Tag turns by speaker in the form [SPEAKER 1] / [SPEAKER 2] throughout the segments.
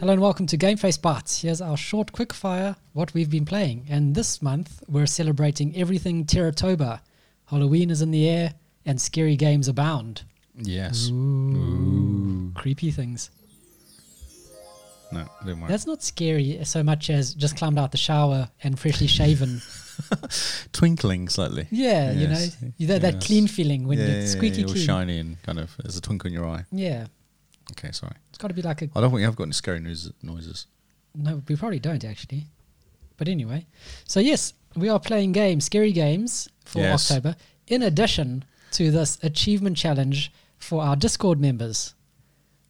[SPEAKER 1] Hello and welcome to Game Face Bites. Here's our short quickfire what we've been playing. And this month we're celebrating everything Terratoba. Halloween is in the air and scary games abound. Mm.
[SPEAKER 2] Yes.
[SPEAKER 1] Creepy things.
[SPEAKER 2] No, didn't work.
[SPEAKER 1] That's not scary so much as just climbed out the shower and freshly shaven.
[SPEAKER 2] Twinkling slightly.
[SPEAKER 1] yeah, you
[SPEAKER 2] Yes.
[SPEAKER 1] know, you know that
[SPEAKER 2] Yes.
[SPEAKER 1] clean feeling when
[SPEAKER 2] yeah,
[SPEAKER 1] you're squeaky
[SPEAKER 2] yeah, all
[SPEAKER 1] clean.
[SPEAKER 2] shiny and kind of there's a twinkle in your eye.
[SPEAKER 1] Yeah,
[SPEAKER 2] Okay, sorry.
[SPEAKER 1] it's got to be like a
[SPEAKER 2] I don't think I've got any scary news, noises.
[SPEAKER 1] No, we probably don't actually. But anyway, so yes, we are playing games, scary games for
[SPEAKER 2] Yes.
[SPEAKER 1] October. In addition to this achievement challenge for our Discord members,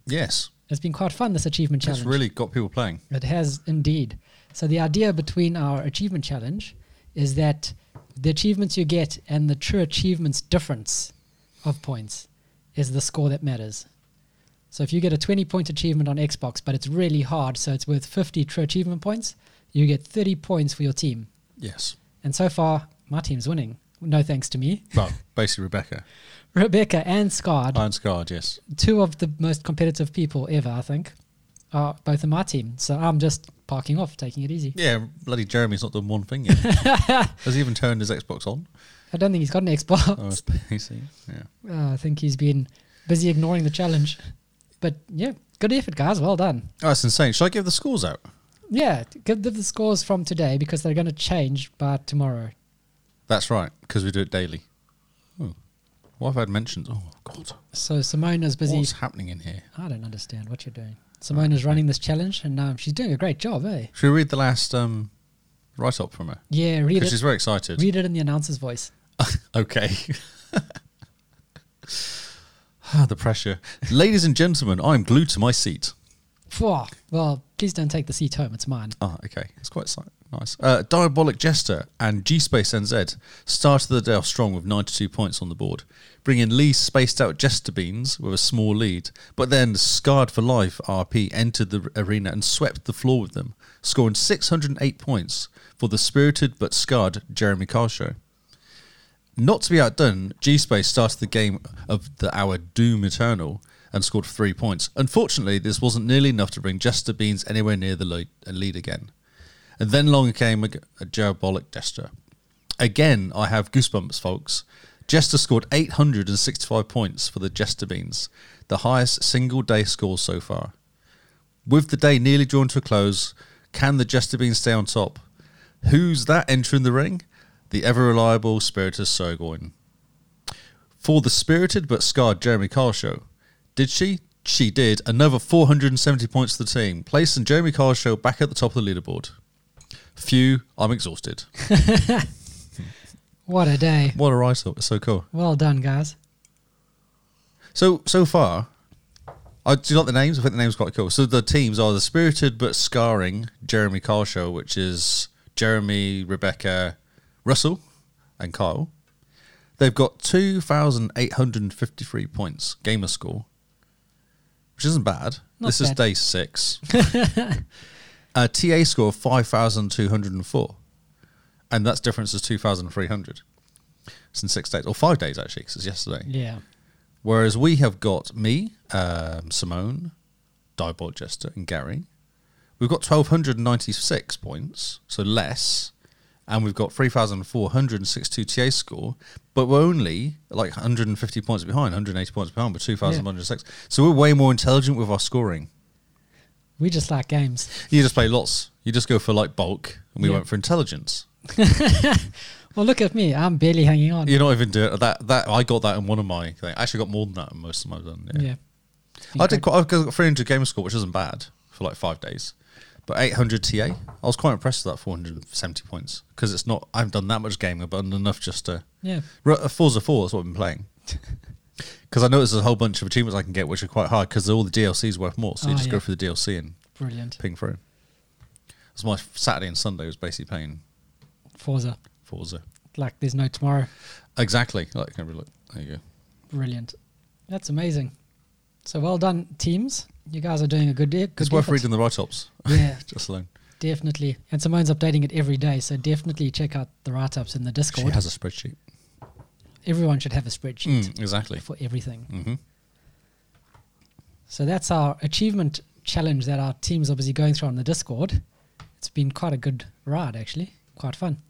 [SPEAKER 2] Yes,
[SPEAKER 1] it's been quite fun. This achievement challenge.
[SPEAKER 2] it's really got people playing.
[SPEAKER 1] It has indeed. So the idea between our achievement challenge is that the achievements you get and the true achievements difference of points is the score that matters. So if you get a 20 point achievement on Xbox, but it's really hard, so it's worth 50 true achievement points, you get 30 points for your team.
[SPEAKER 2] Yes.
[SPEAKER 1] And so far, my team's winning. No thanks to me.
[SPEAKER 2] Well, basically Rebecca.
[SPEAKER 1] Rebecca and Scard,
[SPEAKER 2] Iron Scarred, yes.
[SPEAKER 1] two of the most competitive people ever, I think, are both in my team. So I'm just parking off, taking it easy.
[SPEAKER 2] Yeah, bloody Jeremy's not done one thing yet. Has he even turned his Xbox on?
[SPEAKER 1] I don't think he's got an Xbox.
[SPEAKER 2] Oh, his PC. Yeah.
[SPEAKER 1] Uh, I think he's been busy ignoring the challenge. But yeah, good effort, guys. Well done.
[SPEAKER 2] Oh, that's insane. Should I give the scores out?
[SPEAKER 1] Yeah, give the scores from today because they're going to change by tomorrow.
[SPEAKER 2] That's right, because we do it daily. Oh. What have I had mentioned? Oh, God.
[SPEAKER 1] So Simona's busy.
[SPEAKER 2] What's happening in here?
[SPEAKER 1] I don't understand what you're doing. Simona's running this challenge and um, she's doing a great job, eh?
[SPEAKER 2] Should we read the last um, write up from her?
[SPEAKER 1] Yeah, read
[SPEAKER 2] Because
[SPEAKER 1] it.
[SPEAKER 2] she's very excited.
[SPEAKER 1] Read it in the announcer's voice.
[SPEAKER 2] Okay. Ah, the pressure. Ladies and gentlemen, I'm glued to my seat.
[SPEAKER 1] Phew. Well, please don't take the seat home. It's mine.
[SPEAKER 2] Ah, okay. It's quite si- nice. Uh, Diabolic Jester and G Space NZ started the day off strong with 92 points on the board, bringing Lee's spaced out Jester Beans with a small lead. But then Scarred for Life RP entered the arena and swept the floor with them, scoring 608 points for the spirited but scarred Jeremy Carl Show. Not to be outdone, G Space started the game of the hour Doom Eternal and scored three points. Unfortunately, this wasn't nearly enough to bring Jester Beans anywhere near the lead, lead again. And then along came a, a diabolic Jester. Again, I have goosebumps, folks. Jester scored 865 points for the Jester Beans, the highest single day score so far. With the day nearly drawn to a close, can the Jester Beans stay on top? Who's that entering the ring? The ever reliable Spiritus Sirgoin. For the spirited but scarred Jeremy Carl show, did she? She did. Another 470 points to the team, placing Jeremy Carl show back at the top of the leaderboard. Phew, I'm exhausted.
[SPEAKER 1] What a day.
[SPEAKER 2] What a write up. It's so cool.
[SPEAKER 1] Well done, guys.
[SPEAKER 2] So, so far, I do you like the names. I think the names are quite cool. So, the teams are the spirited but scarring Jeremy Carl show, which is Jeremy, Rebecca, Russell, and Kyle. They've got 2,853 points, gamer score, which isn't bad.
[SPEAKER 1] Not
[SPEAKER 2] this is
[SPEAKER 1] bad.
[SPEAKER 2] day six. Uh, a TA score of 5,204. And that's difference is 2,300. It's in six days, or five days actually, because it's yesterday.
[SPEAKER 1] Yeah.
[SPEAKER 2] Whereas we have got me, um, Simone, Diebold Jester, and Gary. We've got 1,296 points, so less. And we've got 3,462 TA score, but we're only like 150 points behind, 180 points behind, with 2,106. So we're way more intelligent with our scoring.
[SPEAKER 1] We just like games.
[SPEAKER 2] You just play lots. You just go for like bulk, and we
[SPEAKER 1] Yeah.
[SPEAKER 2] went for intelligence.
[SPEAKER 1] Well, look at me. I'm barely hanging on.
[SPEAKER 2] You're not even doing that. That I got that in one of my. Thing. I actually got more than that in most of my done.
[SPEAKER 1] Yeah.
[SPEAKER 2] I did quite. I got 300 gamer score, which isn't bad for like five days, but 800 TA. I was quite impressed with that 470 points because it's not. I haven't done that much gaming, but enough just to.
[SPEAKER 1] Yeah.
[SPEAKER 2] Ru- uh, Forza 4 is what I've been playing. Because I noticed there's a whole bunch of achievements I can get, which are quite hard because all the DLCs worth more. So you
[SPEAKER 1] Oh,
[SPEAKER 2] just
[SPEAKER 1] yeah.
[SPEAKER 2] go through the DLC and
[SPEAKER 1] Brilliant.
[SPEAKER 2] ping through. It's my Saturday and Sunday was basically playing
[SPEAKER 1] Forza.
[SPEAKER 2] Forza.
[SPEAKER 1] Like there's no tomorrow.
[SPEAKER 2] Exactly. Oh, Like, can we look? There you go.
[SPEAKER 1] Brilliant. That's amazing. So well done, teams. You guys are doing a good day. Good
[SPEAKER 2] It's worth
[SPEAKER 1] effort.
[SPEAKER 2] reading the write ups.
[SPEAKER 1] Yeah,
[SPEAKER 2] Just alone.
[SPEAKER 1] definitely. And Simone's updating it every day, so definitely check out the write-ups in the
[SPEAKER 2] She
[SPEAKER 1] Discord.
[SPEAKER 2] has a spreadsheet.
[SPEAKER 1] Everyone should have a spreadsheet
[SPEAKER 2] Mm, exactly.
[SPEAKER 1] for everything.
[SPEAKER 2] hmm
[SPEAKER 1] So that's our achievement challenge that our teams are busy going through on the Discord. It's been quite a good ride, actually. Quite fun.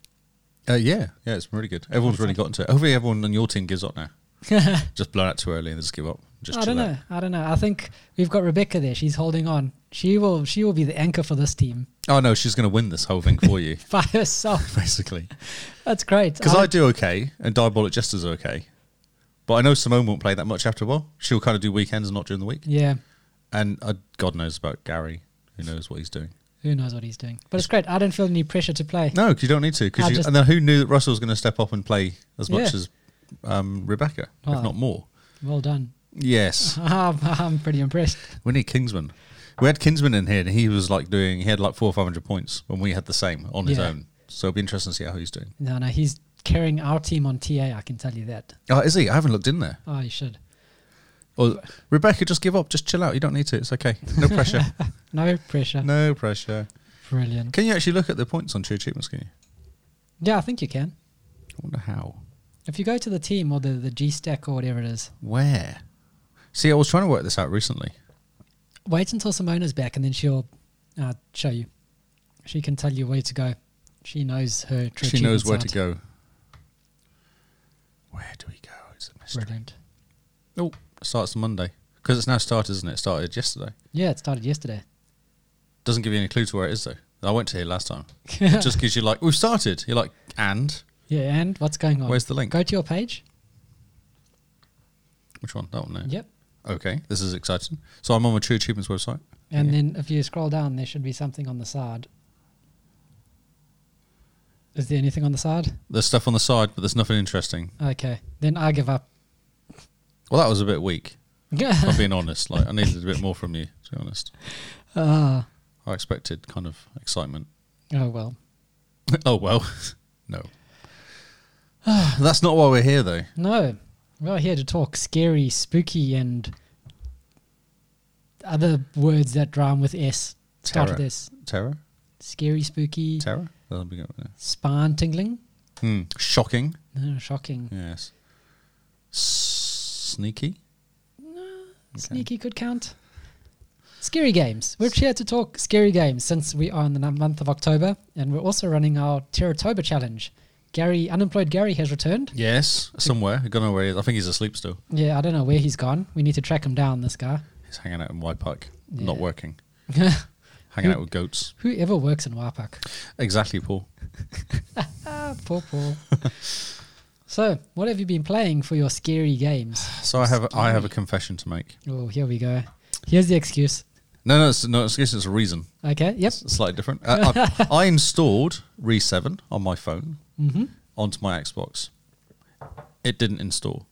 [SPEAKER 2] Uh, yeah, yeah, it's really good. Everyone's really gotten to it. Hopefully, everyone on your team gives up now.
[SPEAKER 1] I
[SPEAKER 2] Just blown out too early and they just give up. Just
[SPEAKER 1] don't
[SPEAKER 2] chill out.
[SPEAKER 1] know. I don't know. I think we've got Rebecca there. She's holding on. She will. She will be the anchor for this team
[SPEAKER 2] Oh no, she's going to win this whole thing for you,
[SPEAKER 1] by herself.
[SPEAKER 2] basically.
[SPEAKER 1] That's great.
[SPEAKER 2] Because
[SPEAKER 1] I-
[SPEAKER 2] I do okay, and Diabolic Jester's okay, but I know Simone won't play that much after a while. She'll kind of do weekends, and not during the week.
[SPEAKER 1] yeah.
[SPEAKER 2] And uh, God knows about Gary, who knows what he's doing.
[SPEAKER 1] Who knows what he's doing? But it's great. I don't feel any pressure to play.
[SPEAKER 2] No, 'cause you don't need to.
[SPEAKER 1] I
[SPEAKER 2] Because
[SPEAKER 1] just-
[SPEAKER 2] and then who knew that Russell was going to step up and play as much
[SPEAKER 1] Yeah.
[SPEAKER 2] as um, Rebecca,
[SPEAKER 1] Wow.
[SPEAKER 2] if not more.
[SPEAKER 1] Well done.
[SPEAKER 2] Yes,
[SPEAKER 1] I'm, I'm pretty impressed.
[SPEAKER 2] we need Kingsman. We had Kingsman in here, and he was like doing. He had like four or five hundred points when we had the same on his
[SPEAKER 1] Yeah.
[SPEAKER 2] own. So it'll be interesting to see how he's doing.
[SPEAKER 1] No, no, he's carrying our team on TA. I can tell you that.
[SPEAKER 2] Oh, is he? I haven't looked in there.
[SPEAKER 1] Oh, you should.
[SPEAKER 2] Or Rebecca, just give up. Just chill out. You don't need to. It's okay. No pressure.
[SPEAKER 1] No pressure.
[SPEAKER 2] no pressure.
[SPEAKER 1] Brilliant.
[SPEAKER 2] Can you actually look at the points on True Achievements? Can you?
[SPEAKER 1] Yeah, I think you can.
[SPEAKER 2] I wonder how.
[SPEAKER 1] If you go to the team or the, the G stack or whatever it is,
[SPEAKER 2] Where? See, I was trying to work this out recently.
[SPEAKER 1] wait until Simona's back and then she'll uh, show you. She can tell you where to go. She knows her true
[SPEAKER 2] she knows
[SPEAKER 1] achievements
[SPEAKER 2] where
[SPEAKER 1] out.
[SPEAKER 2] to go. Where do we go? It's a mystery.
[SPEAKER 1] Brilliant.
[SPEAKER 2] Oh, starts Monday because it's now started, isn't it? It started yesterday.
[SPEAKER 1] Yeah, it started yesterday.
[SPEAKER 2] Doesn't give you any clue to where it is though. I went to here last time. It just gives you like we've started. You're like and
[SPEAKER 1] yeah, and what's going on?
[SPEAKER 2] where's the link?
[SPEAKER 1] Go to your page.
[SPEAKER 2] Which one? That one there.
[SPEAKER 1] Yep.
[SPEAKER 2] Okay, this is exciting. So I'm on my True Achievements website.
[SPEAKER 1] And
[SPEAKER 2] Yeah.
[SPEAKER 1] then if you scroll down, there should be something on the side. Is there anything on the side?
[SPEAKER 2] There's stuff on the side, but there's nothing interesting.
[SPEAKER 1] Okay. Then I give up.
[SPEAKER 2] Well, that was a bit weak. If
[SPEAKER 1] Yeah.
[SPEAKER 2] I'm being honest. Like I needed a bit more from you, to be honest.
[SPEAKER 1] Ah.
[SPEAKER 2] I expected kind of excitement.
[SPEAKER 1] oh, well.
[SPEAKER 2] oh well, no. That's not why we're here, though.
[SPEAKER 1] No. We're here to talk scary, spooky, and other words that rhyme with S. Start with
[SPEAKER 2] Terror.
[SPEAKER 1] S.
[SPEAKER 2] Terror,
[SPEAKER 1] Scary, spooky,
[SPEAKER 2] terror. That'll be good. yeah.
[SPEAKER 1] spine tingling.
[SPEAKER 2] Hmm. Shocking.
[SPEAKER 1] No, shocking.
[SPEAKER 2] Yes. S- sneaky. Okay.
[SPEAKER 1] Sneaky could count. Scary games. We're here to talk scary games since we are in the num- month of October, and we're also running our Terratoba challenge. Gary, unemployed Gary, has returned.
[SPEAKER 2] Yes. Somewhere. I don't know where he is. I think he's asleep still.
[SPEAKER 1] Yeah, I don't know where he's gone. We need to track him down. This guy.
[SPEAKER 2] He's hanging out in White Park, not
[SPEAKER 1] Yeah.
[SPEAKER 2] working, hanging out with goats.
[SPEAKER 1] Whoever works in Wapak.
[SPEAKER 2] Exactly, Paul.
[SPEAKER 1] Ah, poor Paul. so, what have you been playing for your scary games?
[SPEAKER 2] So I have a, I have a confession to make.
[SPEAKER 1] Oh, here we go. Here's the excuse.
[SPEAKER 2] No, no, it's no excuse. It's a reason.
[SPEAKER 1] Okay. Yep.
[SPEAKER 2] It's slightly different. Uh, I, I installed Re Seven on my phone
[SPEAKER 1] Mm-hmm.
[SPEAKER 2] onto my Xbox. It didn't install.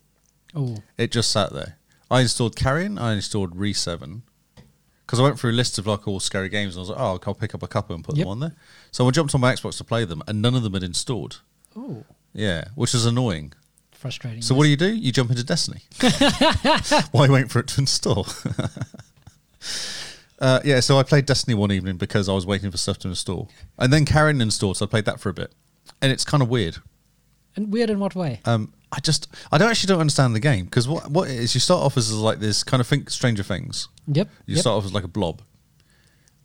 [SPEAKER 1] Oh.
[SPEAKER 2] It just sat there. I installed Carrion. I installed Re Seven because I went through a list of like all scary games and I was like, oh, I'll pick up a couple and put
[SPEAKER 1] Yep.
[SPEAKER 2] them on there. So I jumped on my Xbox to play them, and none of them had installed.
[SPEAKER 1] Oh.
[SPEAKER 2] Yeah, which is annoying.
[SPEAKER 1] Frustrating.
[SPEAKER 2] So what do you do? You jump into Destiny. Why wait for it to install? uh, yeah, so I played Destiny one evening because I was waiting for stuff to install, and then Karen installed, so I played that for a bit, and it's kind of weird.
[SPEAKER 1] and weird in what way?
[SPEAKER 2] Um, I just I don't actually don't understand the game because what what it is you start off as like this kind of think Stranger Things.
[SPEAKER 1] Yep.
[SPEAKER 2] You
[SPEAKER 1] yep.
[SPEAKER 2] start off as like a blob,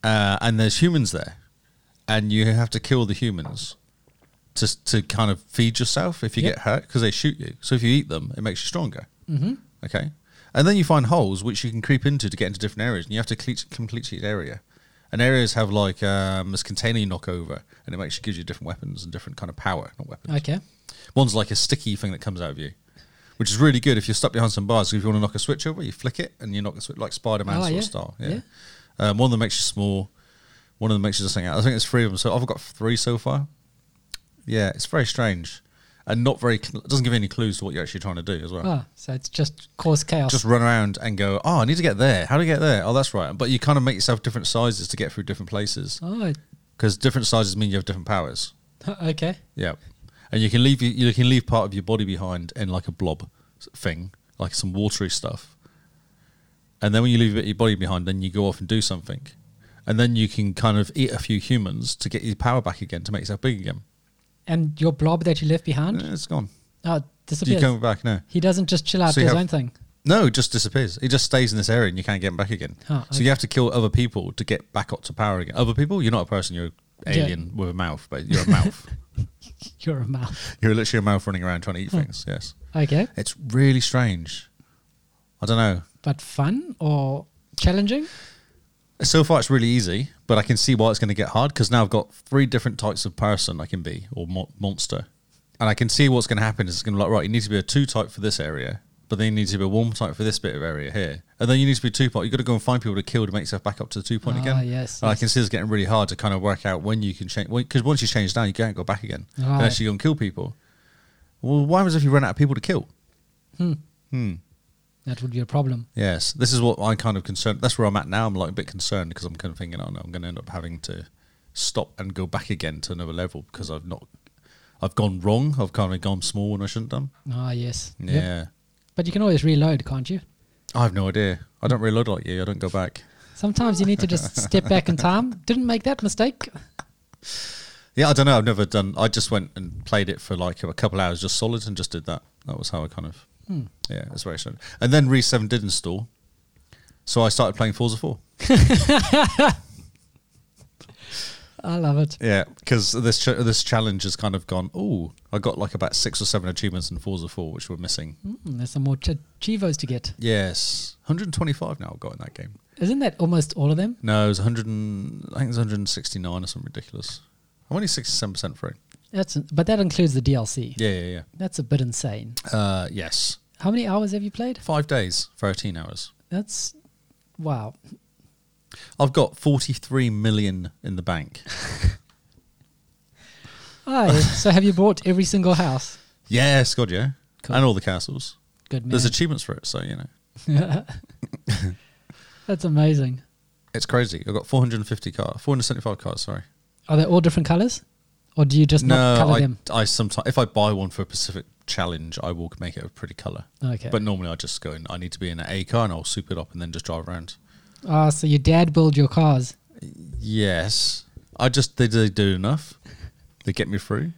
[SPEAKER 2] uh, and there's humans there, and you have to kill the humans to to kind of feed yourself if you
[SPEAKER 1] Yep.
[SPEAKER 2] get hurt because they shoot you. So if you eat them, it makes you stronger. Mm-hmm. Okay, and then you find holes which you can creep into to get into different areas, and you have to cle- complete each area. And areas have like um, this container you knock over, and it makes you gives you different weapons and different kind of power, not weapons.
[SPEAKER 1] Okay.
[SPEAKER 2] One's like a sticky thing that comes out of you, which is really good if you're stuck behind some bars. If you want to knock a switch over, you flick it and you knock the switch like Spider Man
[SPEAKER 1] Oh,
[SPEAKER 2] sort
[SPEAKER 1] yeah.
[SPEAKER 2] of style. Yeah.
[SPEAKER 1] Yeah.
[SPEAKER 2] Um, one of them makes you small. One of them makes you just hang out. I think there's three of them. So I've got three so far. Yeah, it's very strange and not very. Cl- doesn't give any clues to what you're actually trying to do as well.
[SPEAKER 1] Ah, so it's just cause chaos.
[SPEAKER 2] Just run around and go. Oh, I need to get there. How do I get there? Oh, that's right. But you kind of make yourself different sizes to get through different places
[SPEAKER 1] oh, it-
[SPEAKER 2] because different sizes mean you have different powers.
[SPEAKER 1] okay.
[SPEAKER 2] Yeah, and you can leave you, you can leave part of your body behind in like a blob s- thing, like some watery stuff. And then when you leave a bit of your body behind, then you go off and do something, and then you can kind of eat a few humans to get your power back again to make yourself big again.
[SPEAKER 1] And your blob that you left behind,
[SPEAKER 2] Eh, it's gone.
[SPEAKER 1] oh, it
[SPEAKER 2] Do you
[SPEAKER 1] disappears.
[SPEAKER 2] come back now?
[SPEAKER 1] he doesn't just chill out
[SPEAKER 2] So
[SPEAKER 1] to
[SPEAKER 2] you
[SPEAKER 1] his
[SPEAKER 2] have-
[SPEAKER 1] own thing.
[SPEAKER 2] No, it just disappears. It just stays in this area and you can't get him back again.
[SPEAKER 1] Ah,
[SPEAKER 2] So you have to kill other people to get back up to power again. Other people? You're not a person, you're an
[SPEAKER 1] Yeah.
[SPEAKER 2] alien with a mouth, but you're a mouth.
[SPEAKER 1] You're a mouth.
[SPEAKER 2] you're literally a mouth running around trying to eat things, yes.
[SPEAKER 1] Okay,
[SPEAKER 2] It's really strange. I don't know.
[SPEAKER 1] but fun or challenging?
[SPEAKER 2] So far, it's really easy, but I can see why it's going to get hard because now I've got three different types of person I can be or mo- monster, and I can see what's going to happen. Is it's going to be like right, you need to be a two type for this area, but then you need to be a one type for this bit of area here, and then you need to be two point. You've got to go and find people to kill to make yourself back up to the two point
[SPEAKER 1] Ah,
[SPEAKER 2] again.
[SPEAKER 1] yes,
[SPEAKER 2] and I
[SPEAKER 1] yes.
[SPEAKER 2] can see it's getting really hard to kind of work out when you can change because once you change down, you can't go back again
[SPEAKER 1] Right.
[SPEAKER 2] unless you go and kill people. Well, what happens if you run out of people to kill?
[SPEAKER 1] That would be a problem.
[SPEAKER 2] Yes, this is what I'm kind of concerned. That's where I'm at now. I'm like a bit concerned because I'm kind of thinking, oh no, I'm going to end up having to stop and go back again to another level because I've not, I've gone wrong. I've kind of gone small when I shouldn't have done.
[SPEAKER 1] Ah, yes.
[SPEAKER 2] Yeah,
[SPEAKER 1] Yep. But you can always reload, can't you?
[SPEAKER 2] I have no idea. I don't reload like you. I don't go back.
[SPEAKER 1] Sometimes you need to just step back in time. Didn't make that mistake.
[SPEAKER 2] Yeah, I don't know. I've never done. I just went and played it for like a couple hours, just solid, and just did that. That was how I kind of. Yeah, it's very strange. And then Re Seven did install, so I started playing Forza Four.
[SPEAKER 1] I love it.
[SPEAKER 2] Yeah, because this ch- this challenge has kind of gone. Oh, I got like about six or seven achievements in Forza Four, which were missing.
[SPEAKER 1] Mm, there's some more ch- chivos to get.
[SPEAKER 2] Yes, 125 now I've got in that game.
[SPEAKER 1] Isn't that almost all of them?
[SPEAKER 2] No, it was 100. And, I think it's 169 or something ridiculous. I'm only 67 percent through.
[SPEAKER 1] That's but that includes the DLC.
[SPEAKER 2] Yeah, yeah,
[SPEAKER 1] That's a bit insane.
[SPEAKER 2] yeah. Uh, yes,
[SPEAKER 1] How many hours have you played?
[SPEAKER 2] five days, 13 hours.
[SPEAKER 1] That's wow.
[SPEAKER 2] I've got 43 million in the bank.
[SPEAKER 1] Aye. so have you bought every single house?
[SPEAKER 2] yes, God, yeah,
[SPEAKER 1] Cool.
[SPEAKER 2] and all the castles.
[SPEAKER 1] Good man.
[SPEAKER 2] There's achievements for it, so you know,
[SPEAKER 1] That's amazing.
[SPEAKER 2] it's crazy. I've got 450 cars, 475 cars. Sorry.
[SPEAKER 1] Are they all different colors, or do you just not color
[SPEAKER 2] I,
[SPEAKER 1] them?
[SPEAKER 2] I sometimes if I buy one for a Pacific challenge, I will make it a pretty color.
[SPEAKER 1] Okay.
[SPEAKER 2] But normally I just go and I need to be in an A car and I'll soup it up and then just drive around.
[SPEAKER 1] Ah, so your dad built your cars.
[SPEAKER 2] Yes, I just they, they do enough. They get me through.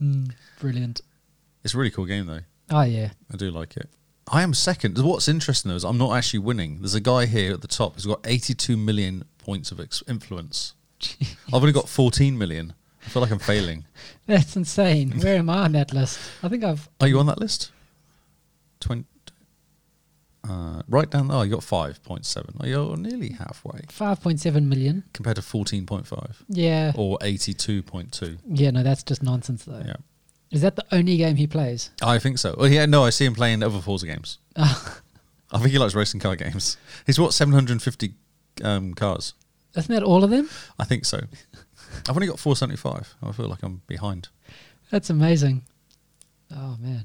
[SPEAKER 1] Mm, brilliant.
[SPEAKER 2] It's a really cool game though.
[SPEAKER 1] Oh yeah.
[SPEAKER 2] I do like it. I am second. What's interesting though is I'm not actually winning. There's a guy here at the top who's got 82 million points of ex- influence. I've only got 14 million. I feel like I'm failing.
[SPEAKER 1] That's insane. Where am I on that list? I think I've
[SPEAKER 2] Are you on that list? Twenty. Uh, right down there. Oh, you got five point seven. Oh, you're nearly halfway
[SPEAKER 1] 5.7 million.
[SPEAKER 2] compared to fourteen point five
[SPEAKER 1] Yeah.
[SPEAKER 2] or eighty-two point two.
[SPEAKER 1] Yeah, no, that's just nonsense though.
[SPEAKER 2] Oh. Yeah,
[SPEAKER 1] Is that the only game he plays?
[SPEAKER 2] I think so. Oh, yeah. No, I see him playing other Forza games. I think he likes racing car games. He's what seven hundred and fifty um, cars.
[SPEAKER 1] Isn't that all of them?
[SPEAKER 2] I think so. I've only got four seventy-five. I feel like I'm behind.
[SPEAKER 1] That's amazing. Oh man,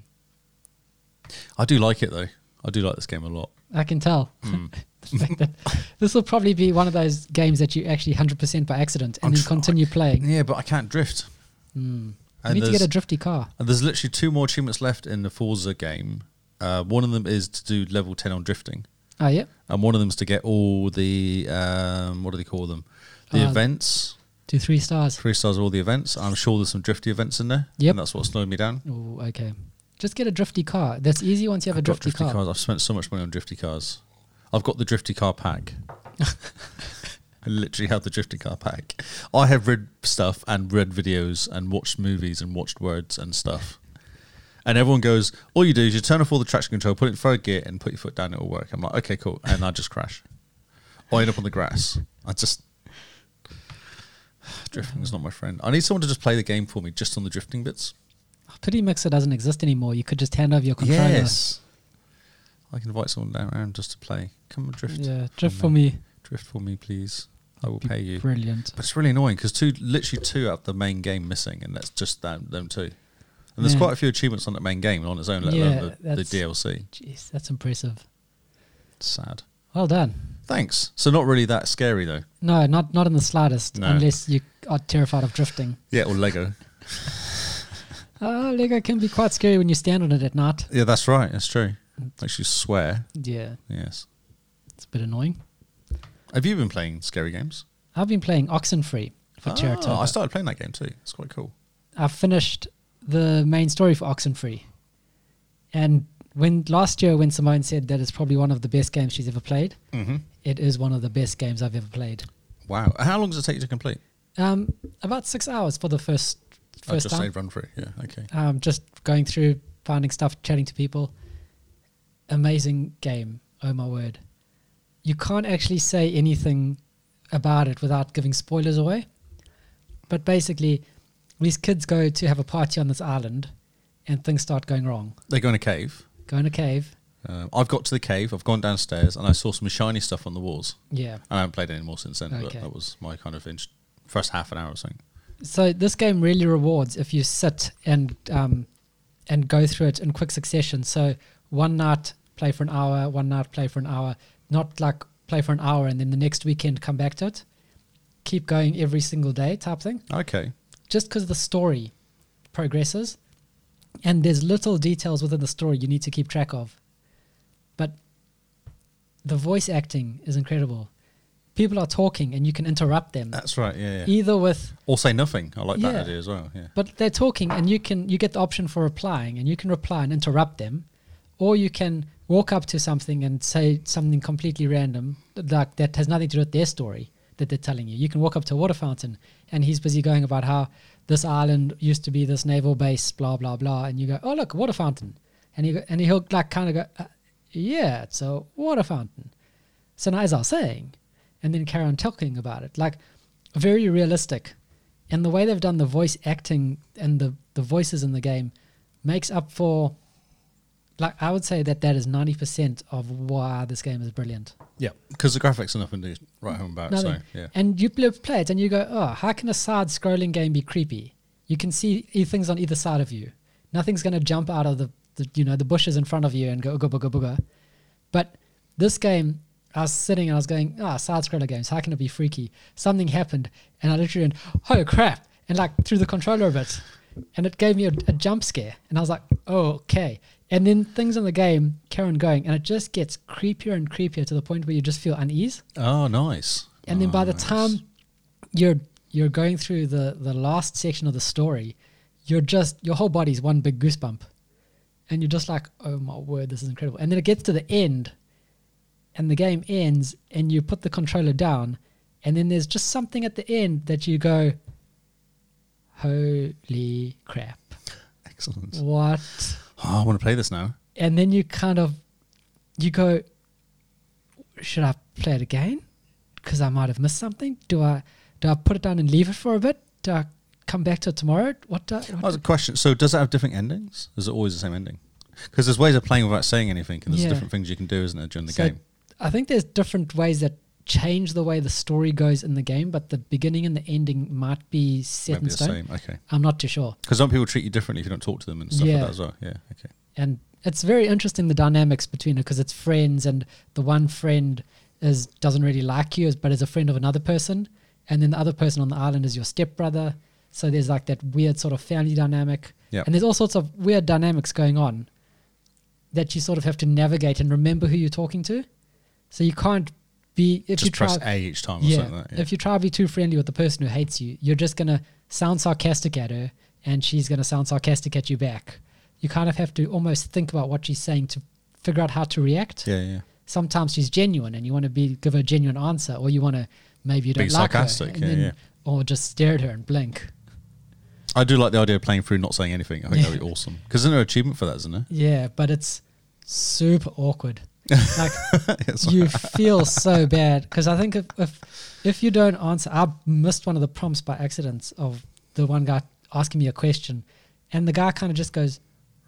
[SPEAKER 2] I do like it though. I do like this game a lot.
[SPEAKER 1] I can tell.
[SPEAKER 2] Hmm.
[SPEAKER 1] The fact that this will probably be one of those games that you actually 100% by accident and
[SPEAKER 2] I'm
[SPEAKER 1] then
[SPEAKER 2] tr-
[SPEAKER 1] continue playing.
[SPEAKER 2] Yeah, but I can't drift.
[SPEAKER 1] You need to
[SPEAKER 2] there's-
[SPEAKER 1] get a drifty car.
[SPEAKER 2] And there's literally two more achievements left in the Forza game. Uh, one of them is to do level 10 on drifting,
[SPEAKER 1] Oh yeah,
[SPEAKER 2] and one of them's to get all the, um, what do they call them? The
[SPEAKER 1] Uh,
[SPEAKER 2] events,
[SPEAKER 1] two three stars.
[SPEAKER 2] three stars of all the events. I'm sure there's some drifty events in there.
[SPEAKER 1] Yep.
[SPEAKER 2] And that's what slowed me down.
[SPEAKER 1] Oh okay, just get a drifty car. That's easy once you have a
[SPEAKER 2] I've got
[SPEAKER 1] drifty, car.
[SPEAKER 2] cars. I've spent so much money on drifty cars. I've got the drifty car pack. I literally have the drifty car pack. I have read stuff and read videos and watched movies and watched words and stuff. And everyone goes, all you do is you turn off all the traction control, put it in third gear, and put your foot down. It'll work. I'm like, okay, cool. And I just crash. I end up on the grass. I just drifting is not my friend. I need someone to just play the game for me, just on the drifting bits.
[SPEAKER 1] Pity Oh, Mixer doesn't exist anymore. You could just hand over your controller.
[SPEAKER 2] Yes. uh, I can invite someone down around just to play. Come and drift.
[SPEAKER 1] Yeah, drift for me.
[SPEAKER 2] Drift for me, please. I will
[SPEAKER 1] Be
[SPEAKER 2] pay you.
[SPEAKER 1] Brilliant.
[SPEAKER 2] But it's really annoying because two, literally two out of the main game missing, and that's just them, them two. And there's
[SPEAKER 1] Yeah.
[SPEAKER 2] quite a few achievements on the main game on its own, let
[SPEAKER 1] Yeah,
[SPEAKER 2] alone the, the
[SPEAKER 1] that's-
[SPEAKER 2] DLC.
[SPEAKER 1] Jeez, that's impressive.
[SPEAKER 2] Sad.
[SPEAKER 1] Well done.
[SPEAKER 2] Thanks. So not really that scary though.
[SPEAKER 1] No, not not in the slightest.
[SPEAKER 2] No.
[SPEAKER 1] Unless you are terrified of drifting.
[SPEAKER 2] Yeah, or Lego.
[SPEAKER 1] Oh, Lego can be quite scary when you stand on it at night.
[SPEAKER 2] yeah, that's right. That's true. Makes you swear.
[SPEAKER 1] Yeah,
[SPEAKER 2] Yes.
[SPEAKER 1] it's a bit annoying.
[SPEAKER 2] Have you been playing scary games?
[SPEAKER 1] I've been playing Oxenfree for
[SPEAKER 2] Ah,
[SPEAKER 1] charity.
[SPEAKER 2] I started playing that game too. It's quite cool.
[SPEAKER 1] I finished the main story for Oxenfree, and when last year when Simone said that it's probably one of the best games she's ever played,
[SPEAKER 2] Mm-hmm.
[SPEAKER 1] it is one of the best games I've ever played.
[SPEAKER 2] Wow. How long does it take you to complete?
[SPEAKER 1] Um, about six hours for the first
[SPEAKER 2] I
[SPEAKER 1] first
[SPEAKER 2] just
[SPEAKER 1] time.
[SPEAKER 2] say run through. Yeah. Okay.
[SPEAKER 1] Um, just going through, finding stuff, chatting to people. Amazing game. Oh my word! You can't actually say anything about it without giving spoilers away. But basically, these kids go to have a party on this island, and things start going wrong.
[SPEAKER 2] They go in a cave.
[SPEAKER 1] Go in a cave.
[SPEAKER 2] Um, I've got to the cave. I've gone downstairs and I saw some shiny stuff on the walls.
[SPEAKER 1] Yeah.
[SPEAKER 2] I haven't played it anymore since then. But
[SPEAKER 1] Okay.
[SPEAKER 2] that was my kind of int- first half an hour or something.
[SPEAKER 1] So this game really rewards if you sit and um, and go through it in quick succession. So one night play for an hour, one night play for an hour, not like play for an hour and then the next weekend come back to it. Keep going every single day type thing.
[SPEAKER 2] Okay.
[SPEAKER 1] Just because the story progresses, and there's little details within the story you need to keep track of, but the voice acting is incredible. People are talking and you can interrupt them
[SPEAKER 2] That's right. Uh, Yeah. yeah.
[SPEAKER 1] either with
[SPEAKER 2] Or say nothing. I like
[SPEAKER 1] Yeah.
[SPEAKER 2] that idea as well. Yeah.
[SPEAKER 1] but they're talking, and you can you get the option for replying, and you can reply and interrupt them, or you can walk up to something and say something completely random, like that has nothing to do with their story that they're telling you. You can walk up to a water fountain, and he's busy going about how this island used to be this naval base, blah blah blah, and you go, oh look, a water fountain, and he go, and he'll like kind of go, uh, yeah, it's a water fountain. So now, as I was saying, and then carry on talking about it, like very realistic and the way they've done the voice acting and the, the voices in the game makes up for like i would say that that is 90% of why this game is brilliant
[SPEAKER 2] Yeah. Because the graphics are nothing to write home about. So
[SPEAKER 1] Nothing.
[SPEAKER 2] yeah.
[SPEAKER 1] and you pl- play it and you go oh how can a side scrolling game be creepy you can see e- things on either side of you nothing's going to jump out of the, the you know the bushes in front of you and go ooga booga booga but this game I was sitting and I was going, ah, side scroller games, how can it be freaky? Something happened and I literally went, oh crap, and like threw the controller a bit. And it gave me a, a jump scare. And I was like, oh, okay. And then things in the game carry on going and it just gets creepier and creepier to the point where you just feel unease.
[SPEAKER 2] Oh, nice. Oh,
[SPEAKER 1] And then by the
[SPEAKER 2] Nice.
[SPEAKER 1] time you're you're going through the the last section of the story, you're just your whole body's one big goosebump, and you're just like, oh my word, this is incredible. And then it gets to the end, and the game ends, and you put the controller down, and then there's just something at the end that you go, holy crap,
[SPEAKER 2] Excellent.
[SPEAKER 1] what?
[SPEAKER 2] Oh, I want to play this now.
[SPEAKER 1] and then you kind of you go should i play it again because i might have missed something do i do i put it down and leave it for a bit do i come back to it tomorrow what do I, what
[SPEAKER 2] Oh, that's a question. So, does it have different endings? Is it always the same ending? Because there's ways of playing without saying anything, and there's
[SPEAKER 1] Yeah.
[SPEAKER 2] different things you can do, isn't there, during the
[SPEAKER 1] So-
[SPEAKER 2] game?
[SPEAKER 1] I think there's different ways that change the way the story goes in the game but the beginning and the ending might be set
[SPEAKER 2] Might be
[SPEAKER 1] in
[SPEAKER 2] the
[SPEAKER 1] stone
[SPEAKER 2] same. Okay.
[SPEAKER 1] i'm not too sure
[SPEAKER 2] Because some people treat you differently if you don't talk to them and stuff
[SPEAKER 1] Yeah.
[SPEAKER 2] like that as well. Yeah. Okay.
[SPEAKER 1] and it's very interesting the dynamics between it because it's friends and the one friend is doesn't really like you is- but is a friend of another person and then the other person on the island is your stepbrother so there's like that weird sort of family dynamic
[SPEAKER 2] Yeah.
[SPEAKER 1] and there's all sorts of weird dynamics going on that you sort of have to navigate and remember who you're talking to so you can't be if you
[SPEAKER 2] Just
[SPEAKER 1] try
[SPEAKER 2] press A each time or
[SPEAKER 1] yeah,
[SPEAKER 2] something like that. Yeah.
[SPEAKER 1] if you try to be too friendly with the person who hates you, you're just gonna sound sarcastic at her, and she's gonna sound sarcastic at you back. You kind of have to almost think about what she's saying to figure out how to react.
[SPEAKER 2] yeah. Yeah.
[SPEAKER 1] Sometimes she's genuine, and you want to be give her a genuine answer, or you want to maybe you
[SPEAKER 2] Be
[SPEAKER 1] don't like
[SPEAKER 2] sarcastic,
[SPEAKER 1] her, and
[SPEAKER 2] yeah,
[SPEAKER 1] then-
[SPEAKER 2] yeah.
[SPEAKER 1] or just stare at her and blink.
[SPEAKER 2] I do like the idea of playing through not saying anything. I think that'd be awesome. Because there's no achievement for that, isn't there?
[SPEAKER 1] Yeah, but it's super awkward. Like
[SPEAKER 2] It's
[SPEAKER 1] you feel so bad because I think if, if if you don't answer, I missed one of the prompts by accident of the one guy asking me a question, and the guy kind of just goes,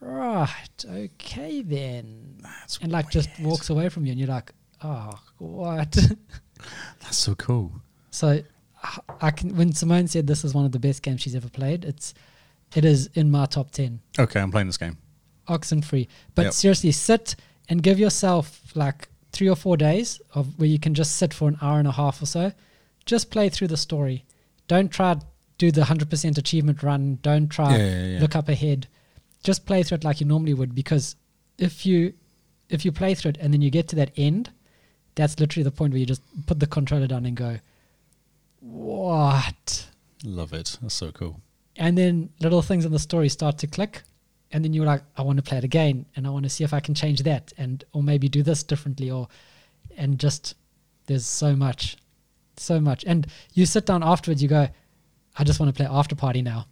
[SPEAKER 1] "Right, okay then,"
[SPEAKER 2] That's
[SPEAKER 1] and like just
[SPEAKER 2] weird.
[SPEAKER 1] walks away from you, and you're like, "Oh, what?"
[SPEAKER 2] That's so cool.
[SPEAKER 1] so I- I can when Simone said this is one of the best games she's ever played, it's it is in my top ten
[SPEAKER 2] Okay, I'm playing this game.
[SPEAKER 1] oxen free. But
[SPEAKER 2] Yep.
[SPEAKER 1] seriously, sit and give yourself like three or four days of where you can just sit for an hour and a half or so. Just play through the story. Don't try to do the hundred percent achievement run. Don't try
[SPEAKER 2] Yeah, yeah, yeah.
[SPEAKER 1] look up ahead. Just play through it like you normally would because if you if you play through it and then you get to that end, that's literally the point where you just put the controller down and go, What?
[SPEAKER 2] Love it. That's so cool.
[SPEAKER 1] and then little things in the story start to click and then you were like, I want to play it again, and I want to see if I can change that, and or maybe do this differently, or and just there's so much, so much, and you sit down afterwards, you go, I just want to play After Party now.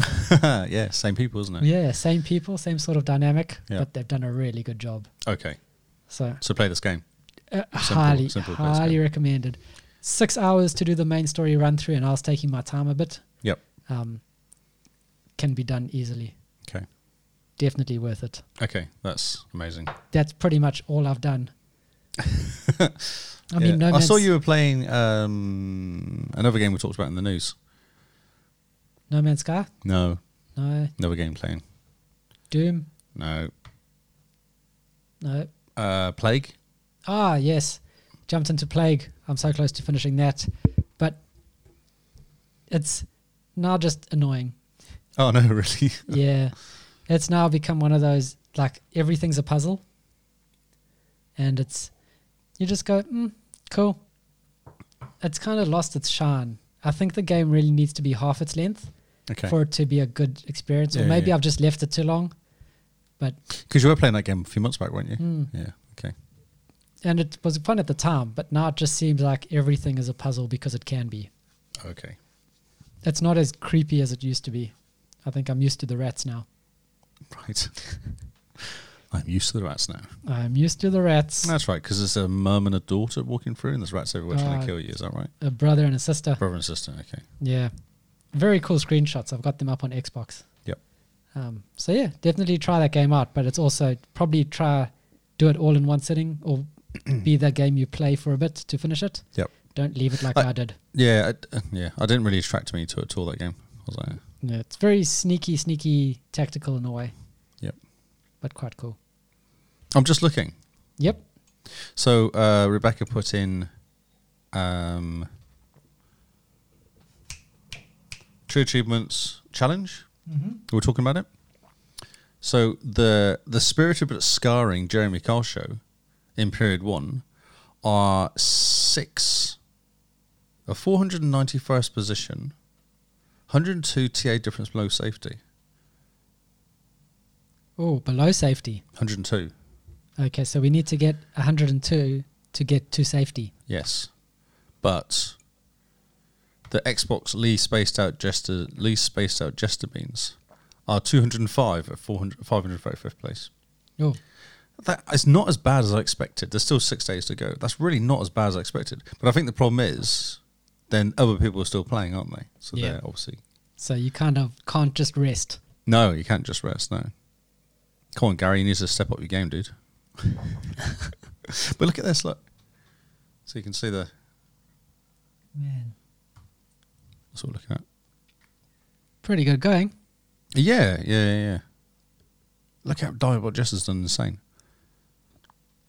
[SPEAKER 2] yeah, same people, isn't it?
[SPEAKER 1] Yeah, same people, same sort of dynamic,
[SPEAKER 2] Yeah.
[SPEAKER 1] but they've done a really good job.
[SPEAKER 2] Okay,
[SPEAKER 1] So
[SPEAKER 2] so play this game.
[SPEAKER 1] uh, highly,
[SPEAKER 2] simple place,
[SPEAKER 1] highly
[SPEAKER 2] yeah.
[SPEAKER 1] recommended. Six hours to do the main story run through, and I was taking my time a bit.
[SPEAKER 2] Yep.
[SPEAKER 1] Um, can be done easily.
[SPEAKER 2] Okay.
[SPEAKER 1] Definitely worth it.
[SPEAKER 2] Okay, that's amazing.
[SPEAKER 1] That's pretty much all I've done. I
[SPEAKER 2] Yeah.
[SPEAKER 1] mean, no.
[SPEAKER 2] I
[SPEAKER 1] Man's,
[SPEAKER 2] saw you were playing um, another game we talked about in the news.
[SPEAKER 1] No Man's Sky.
[SPEAKER 2] No,
[SPEAKER 1] No
[SPEAKER 2] another game playing.
[SPEAKER 1] Doom.
[SPEAKER 2] No,
[SPEAKER 1] No.
[SPEAKER 2] uh, Plague.
[SPEAKER 1] Ah, yes. Jumped into Plague. I'm so close to finishing that, but it's now just annoying.
[SPEAKER 2] Oh no, really?
[SPEAKER 1] yeah. It's now become one of those like everything's a puzzle. And it's you just go, mm, cool. It's kind of lost its shine. I think the game really needs to be half its length
[SPEAKER 2] Okay,
[SPEAKER 1] for it to be a good experience.
[SPEAKER 2] Yeah,
[SPEAKER 1] or maybe
[SPEAKER 2] yeah.
[SPEAKER 1] I've just left it too long.
[SPEAKER 2] because you were playing that game a few months back, weren't you?
[SPEAKER 1] Mm.
[SPEAKER 2] Yeah. Okay.
[SPEAKER 1] And it was fun at the time, but now it just seems like everything is a puzzle because it can be.
[SPEAKER 2] Okay.
[SPEAKER 1] It's not as creepy as it used to be. I think I'm used to the rats now.
[SPEAKER 2] Right. I'm used to the rats now.
[SPEAKER 1] I'm used to the rats.
[SPEAKER 2] That's right, because there's a mum and a daughter walking through, and there's rats everywhere trying
[SPEAKER 1] Uh,
[SPEAKER 2] to kill you. Is that right?
[SPEAKER 1] A brother and a sister.
[SPEAKER 2] Brother and sister. Okay.
[SPEAKER 1] Yeah. Very cool screenshots. I've got them up on Xbox.
[SPEAKER 2] Yep.
[SPEAKER 1] Um, so yeah, definitely try that game out, but it's also probably try do it all in one sitting or be that game you play for a bit to finish it.
[SPEAKER 2] Yep.
[SPEAKER 1] Don't leave it like
[SPEAKER 2] I-
[SPEAKER 1] I, did.
[SPEAKER 2] Yeah. I, uh, yeah. I didn't really attract me to it at all. That game. I was like,
[SPEAKER 1] No, it's very sneaky, sneaky tactical in a way.
[SPEAKER 2] Yep.
[SPEAKER 1] But quite cool.
[SPEAKER 2] I'm just looking.
[SPEAKER 1] Yep.
[SPEAKER 2] So uh, Rebecca put in um, True Achievements Challenge. We were talking about it. So the the spirited but scarring Jeremy Carl show in period one are six a 491st position, 102 TA difference below safety,
[SPEAKER 1] Oh, below safety.
[SPEAKER 2] 102.
[SPEAKER 1] Okay, so we need to get 102 to get to safety.
[SPEAKER 2] Yes, but the Xbox Lee spaced out jester Lee spaced out jester beans are 205 at 400, 535th place.
[SPEAKER 1] Oh,
[SPEAKER 2] That is not as bad as I expected. There's still six days to go. That's really not as bad as I expected. But I think the problem is, then other people are still playing, aren't they? So
[SPEAKER 1] Yeah.
[SPEAKER 2] they're obviously
[SPEAKER 1] so you kind of can't just rest.
[SPEAKER 2] no. You can't just rest. No. Come on, Gary. You need to step up your game, dude. but look at this. Look. So you can see the
[SPEAKER 1] Man.
[SPEAKER 2] that's what we're looking at.
[SPEAKER 1] Pretty good going.
[SPEAKER 2] Yeah, yeah, yeah, yeah. Look how Diablo Jess has done insane.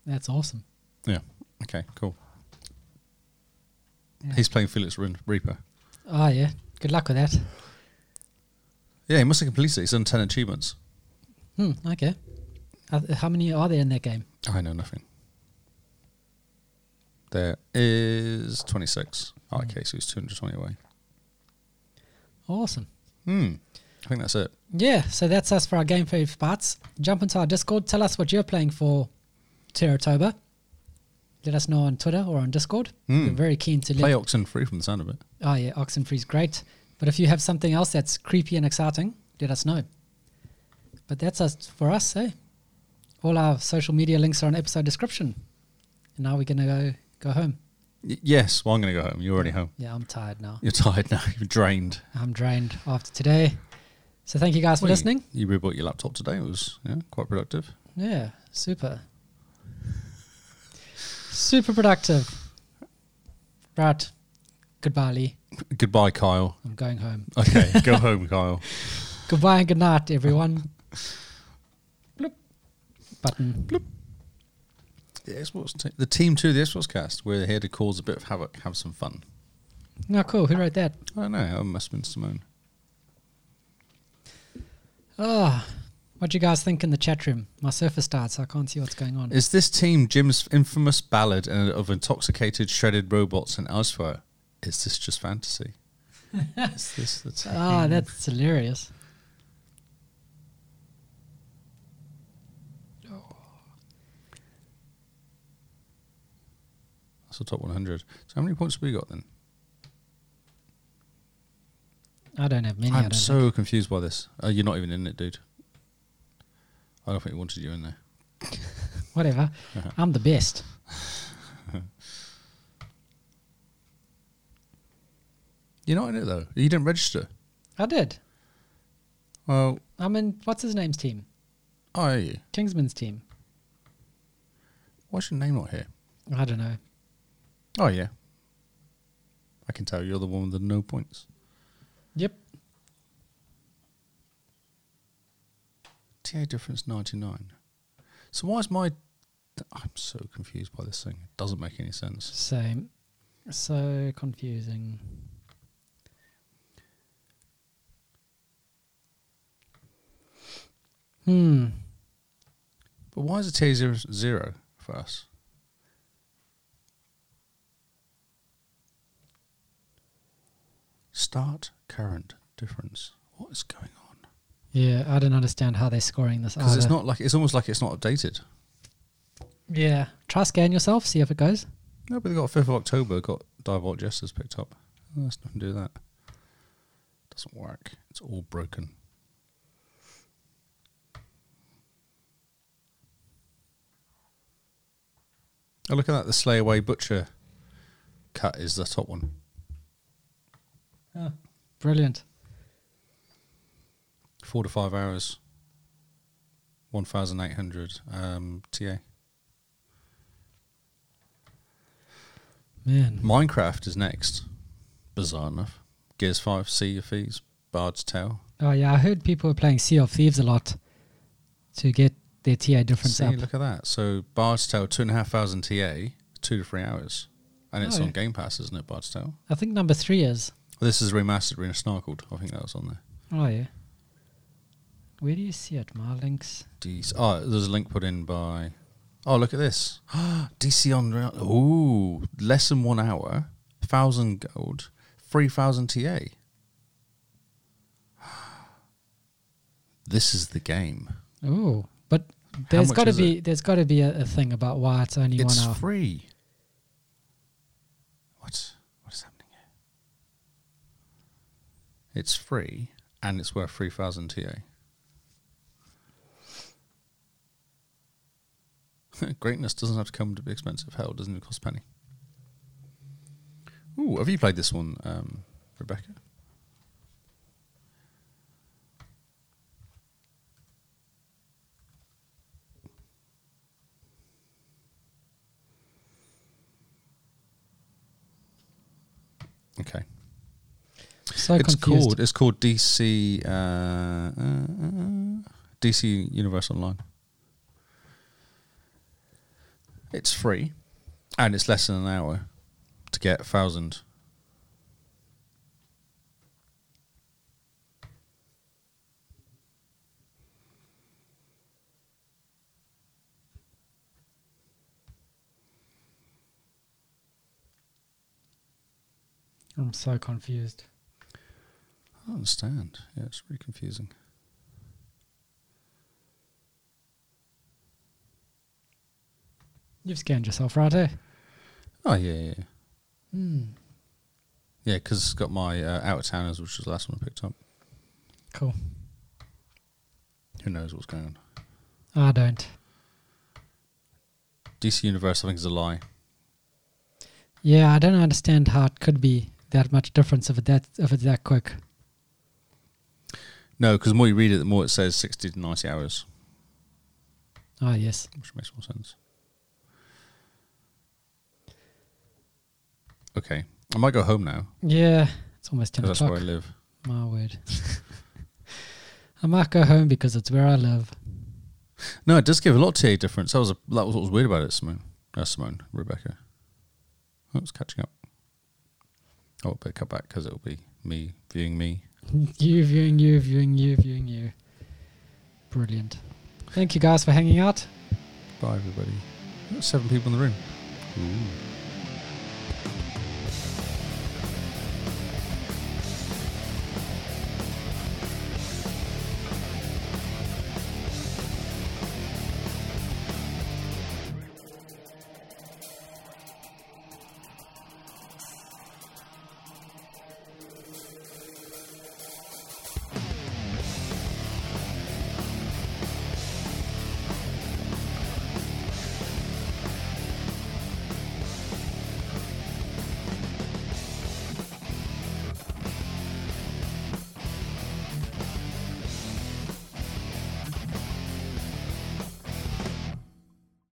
[SPEAKER 1] That's awesome.
[SPEAKER 2] Yeah. Okay, cool.
[SPEAKER 1] Yeah.
[SPEAKER 2] He's playing Felix Ren- Reaper.
[SPEAKER 1] Oh yeah. Good luck with that.
[SPEAKER 2] Yeah, he must have completed it. He's done 10 achievements.
[SPEAKER 1] Hmm. Okay. How, how many are there in that game?
[SPEAKER 2] I know nothing. There is 26. Oh,
[SPEAKER 1] Hmm.
[SPEAKER 2] okay, so he's 220 away.
[SPEAKER 1] Awesome.
[SPEAKER 2] Hmm. I think that's it.
[SPEAKER 1] Yeah. So that's us for our game food parts. Jump into our Discord. Tell us what you're playing for Terratoba. Let us know on Twitter or on Discord.
[SPEAKER 2] Hmm.
[SPEAKER 1] We're very keen to
[SPEAKER 2] Play
[SPEAKER 1] let.
[SPEAKER 2] Oxen free from the sound of it.
[SPEAKER 1] Oh yeah, Oxenfree's great. But if you have something else that's creepy and exciting, let us know. But that's us for us, eh? All our social media links are in episode description. And now we're gonna go go home.
[SPEAKER 2] Y- yes, well, I'm going to go home. You're already home.
[SPEAKER 1] Yeah, I'm tired now.
[SPEAKER 2] You're tired now. You're drained.
[SPEAKER 1] I'm drained after today. So thank you guys for
[SPEAKER 2] Well, you-
[SPEAKER 1] listening.
[SPEAKER 2] You rebought your laptop today. It was yeah, quite productive.
[SPEAKER 1] Yeah, super. super productive. Right. Goodbye, Lee.
[SPEAKER 2] Goodbye, Kyle.
[SPEAKER 1] I'm going home.
[SPEAKER 2] Okay, go home, Kyle.
[SPEAKER 1] Goodbye and good night, everyone. Bloop. Button.
[SPEAKER 2] The Xbox te- the team two, the Xbox cast. We're here to cause a bit of havoc, have some fun.
[SPEAKER 1] Oh, cool. Who wrote that?
[SPEAKER 2] I don't know. It must have been Simone.
[SPEAKER 1] Oh, what do you guys think in the chat room? My surface died, so I can't see what's going on.
[SPEAKER 2] Is this team Jim's infamous ballad and of intoxicated, shredded robots and elsewhere? Is this just fantasy? Is this the team?
[SPEAKER 1] Ah, that's hilarious.
[SPEAKER 2] That's the top 100. So how many points have we got then?
[SPEAKER 1] I don't have many. I
[SPEAKER 2] I'm
[SPEAKER 1] don't
[SPEAKER 2] so confused by this. Oh, you're not even in it, dude. I don't think we wanted you in there.
[SPEAKER 1] think. Whatever.
[SPEAKER 2] Uh-huh.
[SPEAKER 1] I'm the best.
[SPEAKER 2] You're not in it though. You didn't register.
[SPEAKER 1] I did.
[SPEAKER 2] Well,
[SPEAKER 1] I'm in what's his name's team,
[SPEAKER 2] oh, are you?
[SPEAKER 1] Kingsman's team.
[SPEAKER 2] Why's your name not here?
[SPEAKER 1] I don't know.
[SPEAKER 2] Oh yeah. I can tell you're the one with the no points.
[SPEAKER 1] Yep.
[SPEAKER 2] TA difference 99. So why is my? I'm so confused by this thing. It doesn't make any sense.
[SPEAKER 1] Same. So confusing. Hmm.
[SPEAKER 2] But why is the TA zero, zero for us? Start current difference. What is going on?
[SPEAKER 1] Yeah, I don't understand how they're scoring this.
[SPEAKER 2] Because it's
[SPEAKER 1] either.
[SPEAKER 2] not like it's almost like it's not updated.
[SPEAKER 1] Yeah. Try scan yourself, see if it goes.
[SPEAKER 2] No, but they got 5th of October, got Diebold Jesters picked up. Oh, Let's not do that. Doesn't work. It's all broken. Oh, look at that. The Slayaway Butcher cut is the top one.
[SPEAKER 1] Brilliant.
[SPEAKER 2] Four to five hours. 1,800 um, TA.
[SPEAKER 1] Man.
[SPEAKER 2] Minecraft is next. Bizarre enough. Gears 5, Sea of Thieves, Bard's Tale.
[SPEAKER 1] Oh yeah, I heard people were playing Sea of Thieves a lot to get their TA difference
[SPEAKER 2] See,
[SPEAKER 1] up.
[SPEAKER 2] look at that. So Bard's Tale, two and a half thousand TA, two to three hours, and it's
[SPEAKER 1] Oh,
[SPEAKER 2] on
[SPEAKER 1] yeah.
[SPEAKER 2] Game Pass, isn't it? Bard's Tale.
[SPEAKER 1] I think number three is.
[SPEAKER 2] This is remastered, resnarkled. I think that was on there.
[SPEAKER 1] Oh yeah. Where do you see it? My links.
[SPEAKER 2] DC. Oh, there's a link put in by. Oh, look at this. DC on. Re- Ooh, less than one hour, thousand gold, three thousand TA. This is the game.
[SPEAKER 1] Oh, but there's
[SPEAKER 2] much
[SPEAKER 1] got to
[SPEAKER 2] is
[SPEAKER 1] be there's got to be a, a thing about why it's only
[SPEAKER 2] it's
[SPEAKER 1] one hour.
[SPEAKER 2] free. What? What is happening here? It's free, and it's worth three thousand TA. Greatness doesn't have to come to be expensive. Hell, it doesn't even cost a penny. Ooh, have you played this one, um, Rebecca? Okay.
[SPEAKER 1] So
[SPEAKER 2] it's
[SPEAKER 1] confused.
[SPEAKER 2] called it's called DC uh, uh, DC Universe Online. It's free, and it's less than an hour to get thousand.
[SPEAKER 1] I'm so confused.
[SPEAKER 2] I don't understand. Yeah, it's really confusing.
[SPEAKER 1] You've scanned yourself, right? Eh?
[SPEAKER 2] Oh yeah, yeah, yeah.
[SPEAKER 1] Hmm.
[SPEAKER 2] yeah. Because it's got my uh, out of towners, which was the last one I picked up.
[SPEAKER 1] Cool.
[SPEAKER 2] Who knows what's going on?
[SPEAKER 1] I don't.
[SPEAKER 2] DC Universe, I think, is a lie.
[SPEAKER 1] Yeah, I don't understand how it could be that much difference if it that if it's that quick.
[SPEAKER 2] No, because the more you read it, the more it says sixty to ninety hours,
[SPEAKER 1] Oh yes.
[SPEAKER 2] which makes more sense. Okay, I might go home now.
[SPEAKER 1] Yeah, it's almost ten
[SPEAKER 2] Because that's where
[SPEAKER 1] o'clock.
[SPEAKER 2] I live.
[SPEAKER 1] My word. I might go home because it's where I live.
[SPEAKER 2] No, it does give a lot to TA difference. That was a, that was what was weird about it, Simone. Uh, Simone, Rebecca. Oh, it's catching up. Oh, but cut back because it'll be me viewing me.
[SPEAKER 1] you viewing you viewing you viewing you. Brilliant. Thank you guys for hanging out.
[SPEAKER 2] Bye, everybody. We've got Seven people in the room. Ooh.